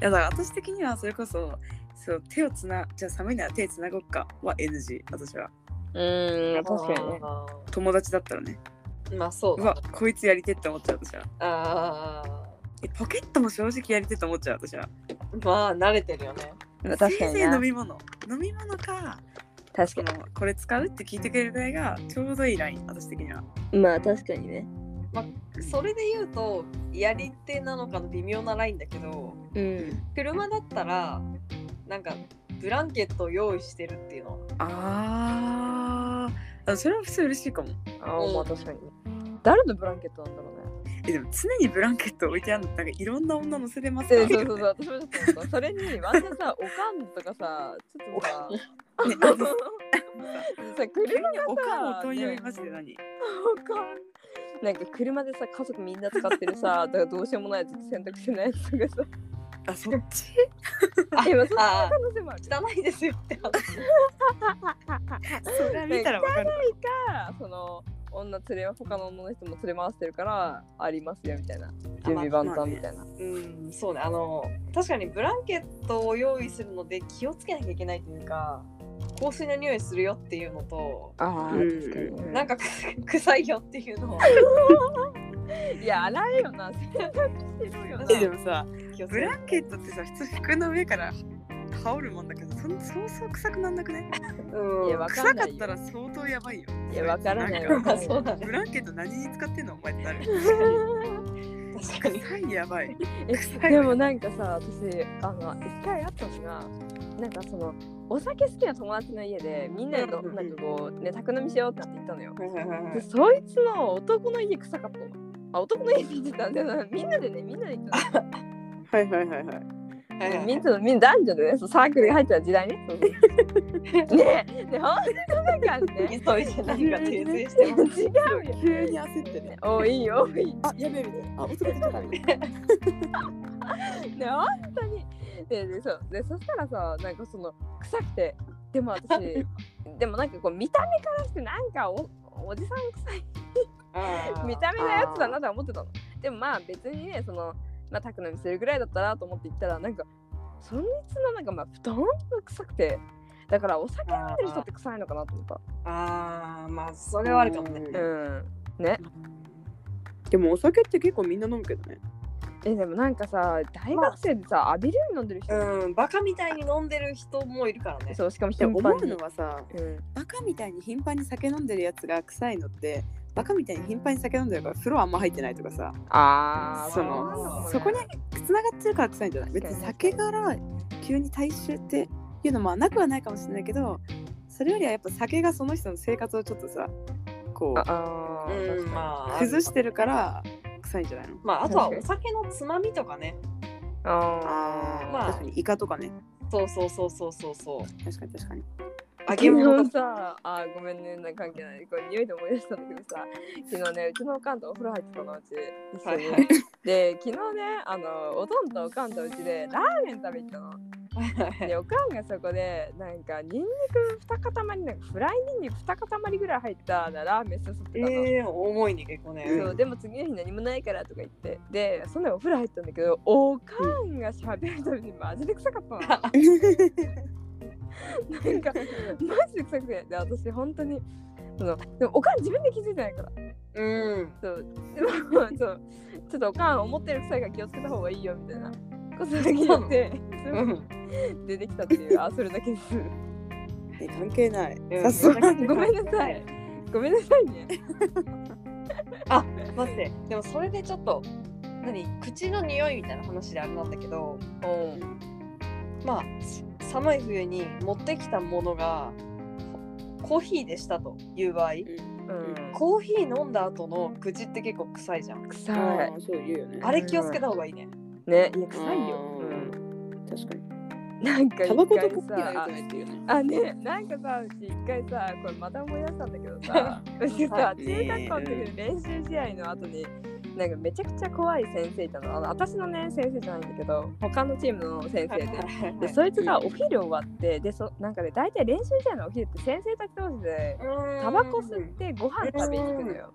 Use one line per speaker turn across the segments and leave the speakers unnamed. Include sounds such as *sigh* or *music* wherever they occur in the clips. やだから私的にはそれこそそう手をつなじゃあ寒いなら手つなごっかは NG 私は
うーん、確かにね。
あ
友達だったらね
ーまあそう
う
だ
わこいつやりてって思っちゃう私は
あ
えポケットも正直やりてって思っちゃう私は
ーまあ慣れてるよね
確かに
せい
ね
ぜい飲み物飲み物か
確
こ
か
のこれ使うって聞いてくれるぐらいがちょうどいいライン私的には
に。まあ、確かにね。
それで言うとやり手なのかの微妙なラインだけど
うん。
車だったらなんかブランケットを用意してるっていうのは
あーあそれは普通嬉しいかも
あ
う
あ、
ん
まあ確かに。誰のブランケットなんだろうね。
えでも常にブランケット置いてあるのなんかいろんな女乗せれます
そ
から
うそうそう、
ね
私もちょっと思ったそれに、あんなさ、おかんとかさ、ちょっとさ、
ね
*laughs*
あのさ
さ車が
おかんを問い呼び
ね
マジで何
おかんなんか車でさ、家族みんな使ってる *laughs* さ、だからどうしようもないやつ選択肢ないやつとか
あそっち
さ、 *laughs* でもそんな
あ
可能性もある。
汚いですよって話
それは見たらわかる
かその女連れは他の女の人も連れ回してるからありますよみたいな準備万端みたいな、
うんそうねあの確かにブランケットを用意するので気をつけなきゃいけないというか香水の匂いするよっていうのと
あ、あ
うん
ー確かに
なんか臭いよっていうのはい
や洗えよな洗濯しろよな
えでもさ
気をつ
ブ
け
ランケットってさ普通服の上から羽織るもんだけどそんそうそう臭くなんなくね
うん
いやわか
臭
んな
か
いよ
った
*laughs*
ら相当やばいよ
いやわからない
んか
まあそうだね
ブランケット何に使ってんのお前ってなる *laughs*
確かに
臭いやばい
えでもなんかさ私あの一回あったのがなんかそのお酒好きな友達の家でみんなでなん
うん
かこうね宅飲みしようってなって行ったのよ
はいはいはいはい
でそいつの男の家臭かったのあ男の家って言ってたんだよなみんなでねみんなで行ったの
はいはいはいはい
はいはいはい
みんなみんな男女でねそうサークルが入ってた時代ね。そうそうねえ、ねえ、本当なんかね。
急いで何か訂正してま
*laughs*
す
違うよ。
急に焦ってね
多いよ、多い。ね
あやべえみたいなあ男出てたみたいな
*laughs* え、本当に。で、で、そう、で、そしたらさ、なんかその臭くて、でも私、
*laughs*
でもなんかこう見た目からして、なんかお、おじさん臭い。見た目のやつだなとは思ってたの。でもまあ、別にね、その、まあ、宅飲みするぐらいだったらと思って行ったら、なんか。そのいつのなんか、まあ、布団が臭くて。だから、お酒飲んでる人って臭いのかなと思った。
あーまあそれはあるかもね
うん
うんね
でもお酒って結構みんな飲むけどね
えでもなんかさ大学生でさ、浴びるように飲んでる人、
うんバカみたいに飲んでる人もいるからね
そうしかも
で
頻
も
繁
思う
に
のはさ
うん、
バカみたいに頻繁に酒飲んでるやつが臭いのってバカみたいに頻繁に酒飲んでるから風呂あんま入ってないとかさ
あー
そ
の
うなのかね
そこにつながってるから臭いんじゃない別に酒から急に大衆っていうのもなくはないかもしれないけどそれよりはやっぱ酒がその人の生活をちょっとさこ
あ
う
あー
うん
確か
まあ
崩してるから臭いんじゃないの
まああとはお酒のつまみとかね
にあ
あ
ー
ー、
まあ
確かにイカとかね
そうそうそうそうそうそう
確かに確かに
揚げ
昨
物
日
とか
さあーごめんねなんか関係ないこれ匂いで思い出したんだけどさ昨日ねうちのおかんとお風呂入ってたのうち一緒に、
はいはい
で昨日ねあのおとんとおかんとうちでラーメン食べに行ったのでおかんがそこでなんかニンニク二塊なんかフライニンニク二塊ぐらい入ったラーメンすすってたの、
ええ重いね結構ね
そうでも次の日何もないからとか言ってでそんなお風呂入ったんだけどおかんが喋るたびにマジで臭かったのなんかマジで臭くてで私本当にそのでもおかん自分で気づいてないから
うん
そうでもそうちょっとおかん思ってる臭いから気をつけた方がいいよみたいなことだけ言って
うん
そう出てきたっていうあそれだけです
*laughs* え関係ない
*laughs*
うん
さすが
ごめんなさいごめんなさいね
あ待ってでもそれでちょっと何口の匂いみたいな話であれなんだけど
うん
まあ寒い冬に持ってきたものがコーヒーでしたという場合
うん
コーヒー飲んだ後の口って結構臭いじゃん
あ
臭い
ーそう言うよね
あれ気をつけた方がいいね
ねいや臭いよ、
う
うん、
確かに
なんか
タバ
一
コと
回
コーヒーは良
さ
くないっていうね
あねなんかさうち一回さこれまた思い出したんだけ
*laughs*
どさうちさ
はい
中学校の時の練習試合の後になんかめちゃくちゃ怖い先生いたのあの私のね先生じゃないんだけど他のチームの先生ででそいつがお昼終わってでそなんかね大体練習試合のお昼って先生たち同士でタバコ吸ってご飯食べに行くのよ。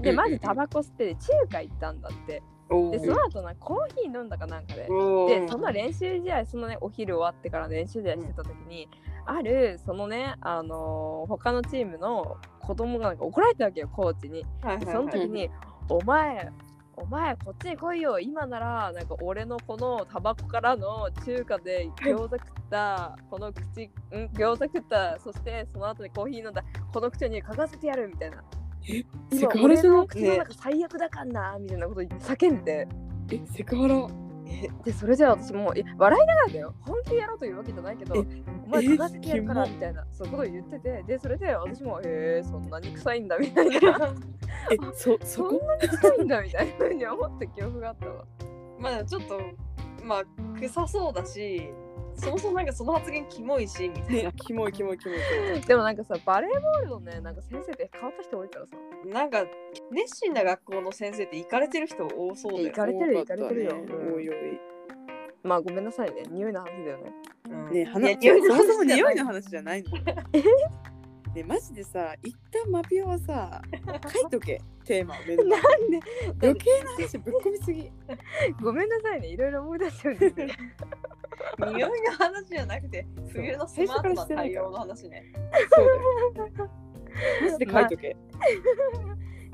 ん
でまずタバコ吸ってで中華行ったんだって。
お
でその後なんかコーヒー飲んだかなんかででその練習試合そのねお昼終わってから練習試合してた時に、あるそのねあのー他のチームの子供がなんか怒られたわけよコーチに。でその時に「お前お前こっちに来いよ今ならなんか俺のこのタバコからの中華で餃子食ったこの口ん餃子食ったそしてその後にコーヒー飲んだこの口に嗅がせてやる」みたいな「
セ
今
クハラ
俺
じゃな
の
く
口の
て、
中最悪だかんな」みたいなこと叫んで。
え、セクハラ。
でそれじゃあ私もうえ笑いながらだよ本気でやろうというわけじゃないけど
え
お前
え
嗅がせてやるから
キ
みたいなそういうことを言っててでそれで私もへえそんなに臭いんだみたいな
え、そ、
*laughs*
そ
そん
こ。
なに臭いんだみたいなふうに思った記憶があったわ
*laughs* まあちょっとまあ臭そうだしそもそもなんかその発言キモいしみたい
ね、キモいキモいキモい。
でもなんかさバレーボールのねなんか先生って変わった人多いからさ
ななんか熱心な学校の先生って行かれてる人多そうだよ
行かれてる行かれてるよ、
おいおい。
まあごめんなさいね匂いの話だよね
うん
ね、
いや
話
匂いの
そもそ
話
も
じゃ
匂
ない
の話じゃないの。ね、マジでさ、一旦マピオはさ、書いとけ、テーマをメモに。
なんで
余計な話ぶっ込みすぎ。
ごめんなさいねいろいろ思い出しちゃうんですよね
匂いの話じゃなくて冬のスマートな対応の話ね
そうだよ。マジで書いとけ。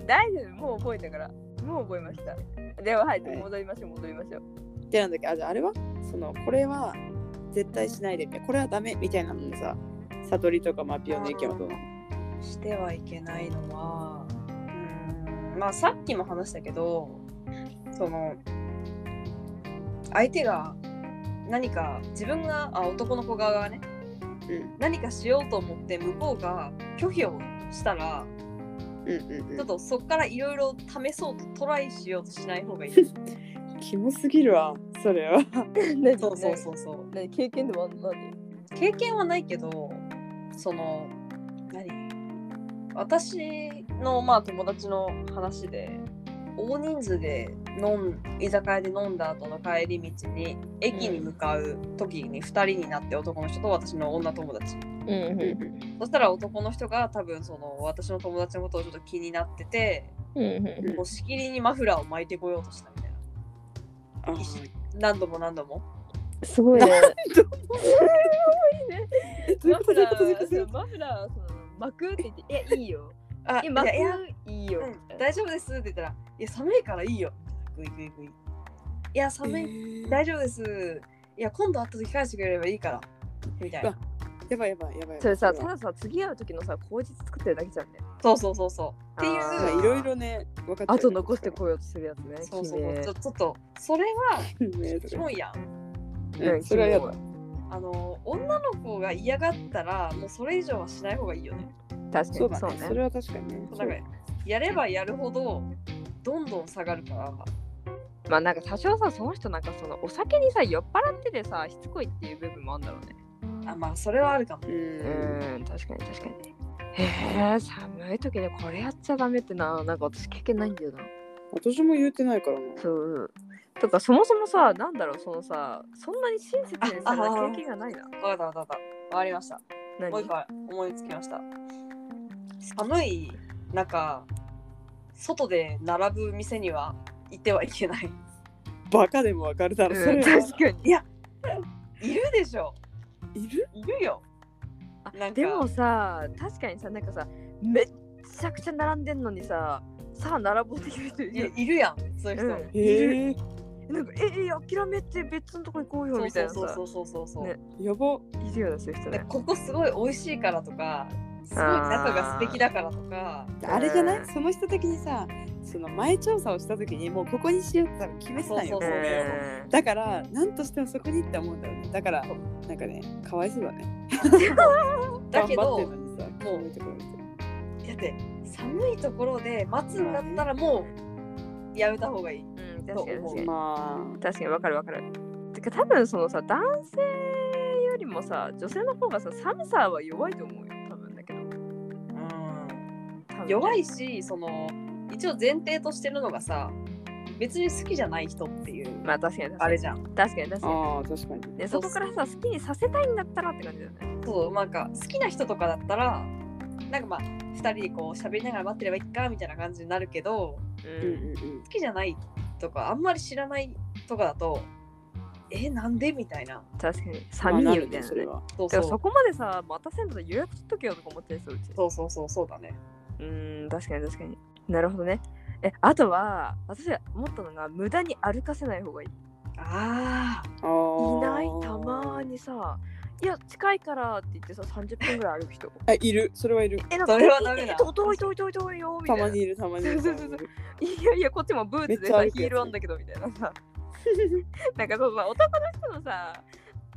大丈夫もう覚えたからもう覚えましたでははい
はい
戻りましょう戻りましょう
ってなんだっけあじゃああれはそのこれは絶対しないでみたいなこれはダメみたいなのでさ悟りとかマピオの意見はどうなの
してはいけないのはうんまあさっきも話したけどその相手が何か自分があ男の子側がね
うん
何かしようと思って向こうが拒否をしたら
うんうん
ちょっとそこからいろいろ試そうとトライしようとしない方がいい
キモすぎるわそれは
何
*laughs* そうそうそうそう
何経験でもあんの何
経験はないけどその何私のまあ友達の話で大人数で飲ん居酒屋で飲んだ後の帰り道に駅に向かう時に2人になって男の人と私の女友達
うん
うん
そしたら男の人が多分その私の友達のことをちょっと気になってて
うん
うん
こうしきりにマフラーを巻いてこようとしたみたいな
あ
何度も何度も
す *laughs* ごいね。
えどういう
マ
ことどう
フ
いう
ラ
ことどういうことどういう
ー、
こ
マフラー、その巻くって言って、いや、いいよ。
あ
え、巻
いやいや
く、いいよ。
うん大丈夫ですって言ったら「いや寒いからいいよ」グイグイグイいや
と
寒い、
えー
大丈夫ですいや今度会った時返してくれればいいからみたいうな
わやばいやばいやばい
それさ、た
ま
ださ、次会う時のさ、口実作ってるだけじゃんね。
そうそうそうそうっていう
あ
あいろいろね分かっちゃう
あと残してこようとするやつね。
そうそう
君
そう
ね
ちょちょっとそれは
ね
キモいやん
うんそれはやだ
あの女の子が嫌がったらもうそれ以上はしない方がいいよね
確
そう
かに。
だ
そう
ねそ
ね。
れは確かにね
なんかやればやるほどどんどん下がるから
まあ、なんか多少さ、その人なんか、そのお酒にさ、酔っ払っててさ、しつこいっていう部分もあるんだろうね。
あまあそれはあるかも
う
うんーん、確かに、確かに。へえ、寒い時でこれやっちゃダメってな、なんか私経験ないんだよな。
私も言うてないからな
そう。とかそもそもさ、なんだろう、そのさ、そんなに親切にされ
ああ
た
ー
経験がないな。
わかったわかったわかったわかりました
何
もう一個思いつきました寒い中外で並ぶ店には行ってはいけない
バカでも分かるだろそ
うん、
れは
確かに。
いるでしょ
いる
いるよ
あ
なんか
でもさ、確かにさ、なんかさ、めっちゃくちゃ並んでんのにさ、さあ並ぼうって言う人い
い
る
や
よ。
いるやんそういう人、
うん
へえ
なんか、え、え、諦めて別のとこ行こうよみたいな
そう
さ
そ、うそうそうそう、
ね
やば
いるよね、そういう人
で
ね。
ここすごい美味しいからとかすごい中が素敵だからとか
あれじゃな
うん
いその人的にさその前調査をした時にもうここにしようって多分決めてたんよ
そうそうそうそう
だから何としてもそこにって思うんだよねだからなんかねかわいそうだね
だけ
頑張って
ど
んのにさ
もう
決めてこられて
だって寒いところで待つんだったらもうやめた方がいい
うんうん、確かに確かに。
ま
確かにわかるわかる。てか多分そのさ、男性よりもさ、女性の方がさ、寒さは弱いと思うよ、多分だけど。多分
弱いしその一応前提としてるのがさ別に好きじゃない人っていう
まあ確かに確
あ
か
れ
に
じゃん
確かに確かに。
ああー確かに
でそこからさ好きにさせたいんだったらって感じだよね。
そうなんか好きな人とかだったらなんかまあ2人でこう喋りながら待ってればいいかみたいな感じになるけど
う
うんうん
ん
うん
好きじゃないとかあんまり知らないとかだとえなんでみたいな
確か
ま
に
あ
寒い
な
よ
る
みたい
ね
な
そ
ね
れは
そう
で
そ
もそうこまでさ待たせんと予約取っとけよとか思ってる人うち
そうそうそうそうだね
うーん確かに確かになるほどねえあとは私は思ったのが無駄に歩かせない方がいい
あー
い
い
ないたまにさいや近いからって言ってさ30分ぐらい歩く
*laughs*
人
あいるそれはいる
えなん
それはダメだ
ええ遠い遠い遠い遠いよみた
た
いな
まにいるたまにいる
そうそうそういやいやこっちもブーツでさ
めっちゃ歩くやつ
ヒールあんだけどみたいなさなんかそうさ男の人のさ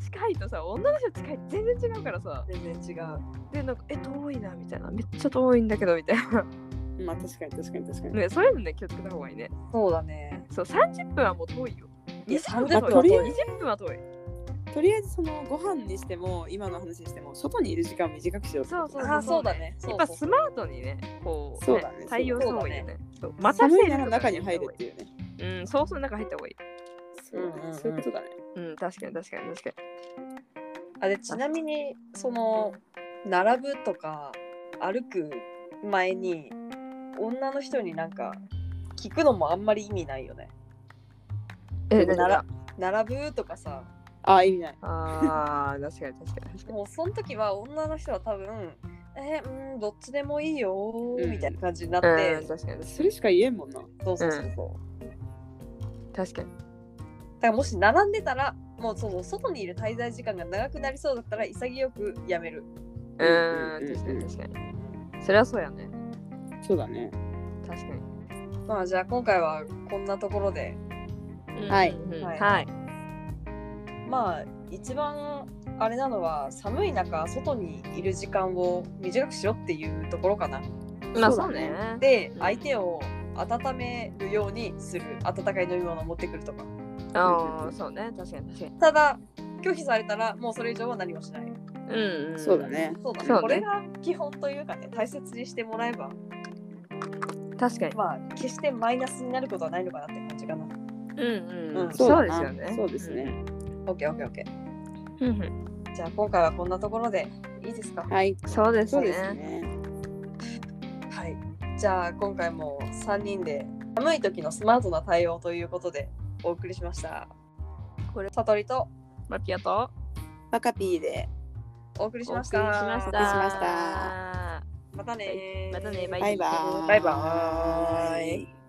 近いとさ女の人の近い全然違うからさ
全然違う
でなんかえ遠いなみたいなめっちゃ遠いんだけどみたいな、 *laughs*
まあ確かに確かに確かに、
ね、そういうのね気をつけた方がいいね
そうだね
そう30分はもう遠いよ
いや
20
30
分は
分は
遠
遠
い
い
20分は遠い
とりあえずそのご飯にしても今の話にしても外にいる時間を短くしようってこと
そう
あーそうだね
や
そ
っ
う
ぱ
そう
スマートにねこう
そうだね
対応した方がいいよねそう待たせ
寒
る
い
と
な
から
中に入るっていうね
うんそうそう中入った方がいい
そうだね
うんうんうん
そういうことだね
うん確かに確かに確か
あでちなみにその並ぶとか歩く前に女の人になんか聞くのもあんまり意味ないよね
に
でも並並ぶとかさ
あー意味ない
ああ確かに確かに確かに
もうその時は女の人は多分えー、うんどっちでもいいよー
うん
みたいな感じになって、
うん確かに
それしか言えんもんな
そうそうそうそう、
確かに
だからもし並んでたらもうその外にいる滞在時間が長くなりそうだったら潔くやめる
う
うん
ん確か
うん
に確かにそれはそうやね
そうだね
確か
まあじゃあ今回はこんなところで
に
はい
うん
はい
はい
まあ一番あれなのは寒い中外にいる時間を短くしろっていうところかな
ま
そう
あそ
だ
う
ね
ね
で
うん
相手を温めるようにする温かい飲み物を持ってくるとか
ああそうね確かに確かに
ただ拒否されたらもうそれ以上は何もしない
うんん
そうだね
そうだね
そうね
これが基本というかね大切にしてもらえば
確かに
まあ決してマイナスになることはないのかなって感じかな
うんう
うんん
そう
だ
です
な
よね
そうですね
OKOKOK
うんうん
じゃあ今回はこんなところでいいですか
はい
そうです
そうです
ね
ね
はい。じゃあ今回も3人で寒い時のスマートな対応ということでお送りしました。
これ
悟りと
マピアと
バカピーで
お送りしました。
お送りしました
お送りしました
またねー
またねバイ
バイバーイ
バイバーイ